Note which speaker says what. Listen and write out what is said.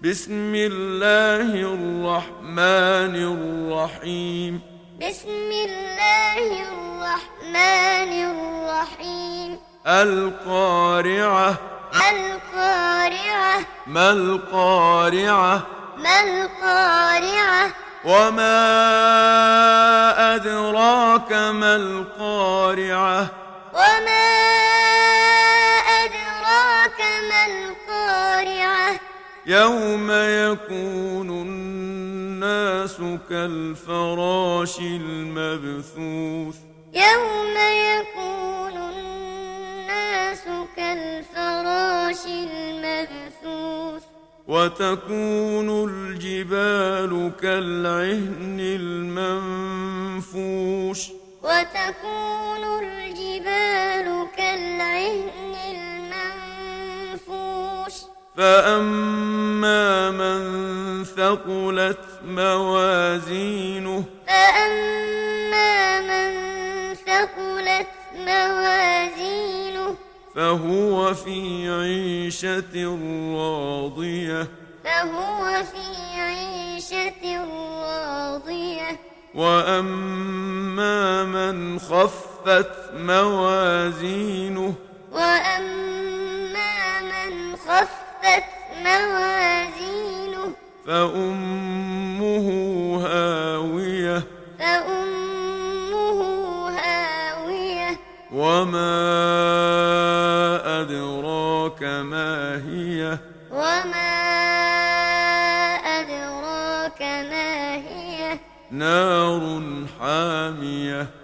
Speaker 1: بسم الله الرحمن الرحيم
Speaker 2: بسم الله الرحمن الرحيم
Speaker 1: القارعة
Speaker 2: القارعة
Speaker 1: ما القارعة
Speaker 2: ما القارعة
Speaker 1: وما أدراك ما القارعة
Speaker 2: وما أدراك ما القارعة
Speaker 1: يوم يكون الناس كالفراش المبثوث
Speaker 2: يوم يكون الناس كالفراش المبثوث
Speaker 1: وتكون الجبال كالعهن المنفوش
Speaker 2: وتكون الجبال كالعهن المنفوش
Speaker 1: فأما من ثقلت موازينه
Speaker 2: فأما من ثقلت موازينه
Speaker 1: فهو في عيشة راضية
Speaker 2: فهو في عيشة راضية
Speaker 1: وأما من خفت موازينه
Speaker 2: وأما من خفت موازينه
Speaker 1: فأمه هاوية
Speaker 2: فأمه هاوية
Speaker 1: وما أدراك ما هي
Speaker 2: وما أدراك ما هي
Speaker 1: نار حامية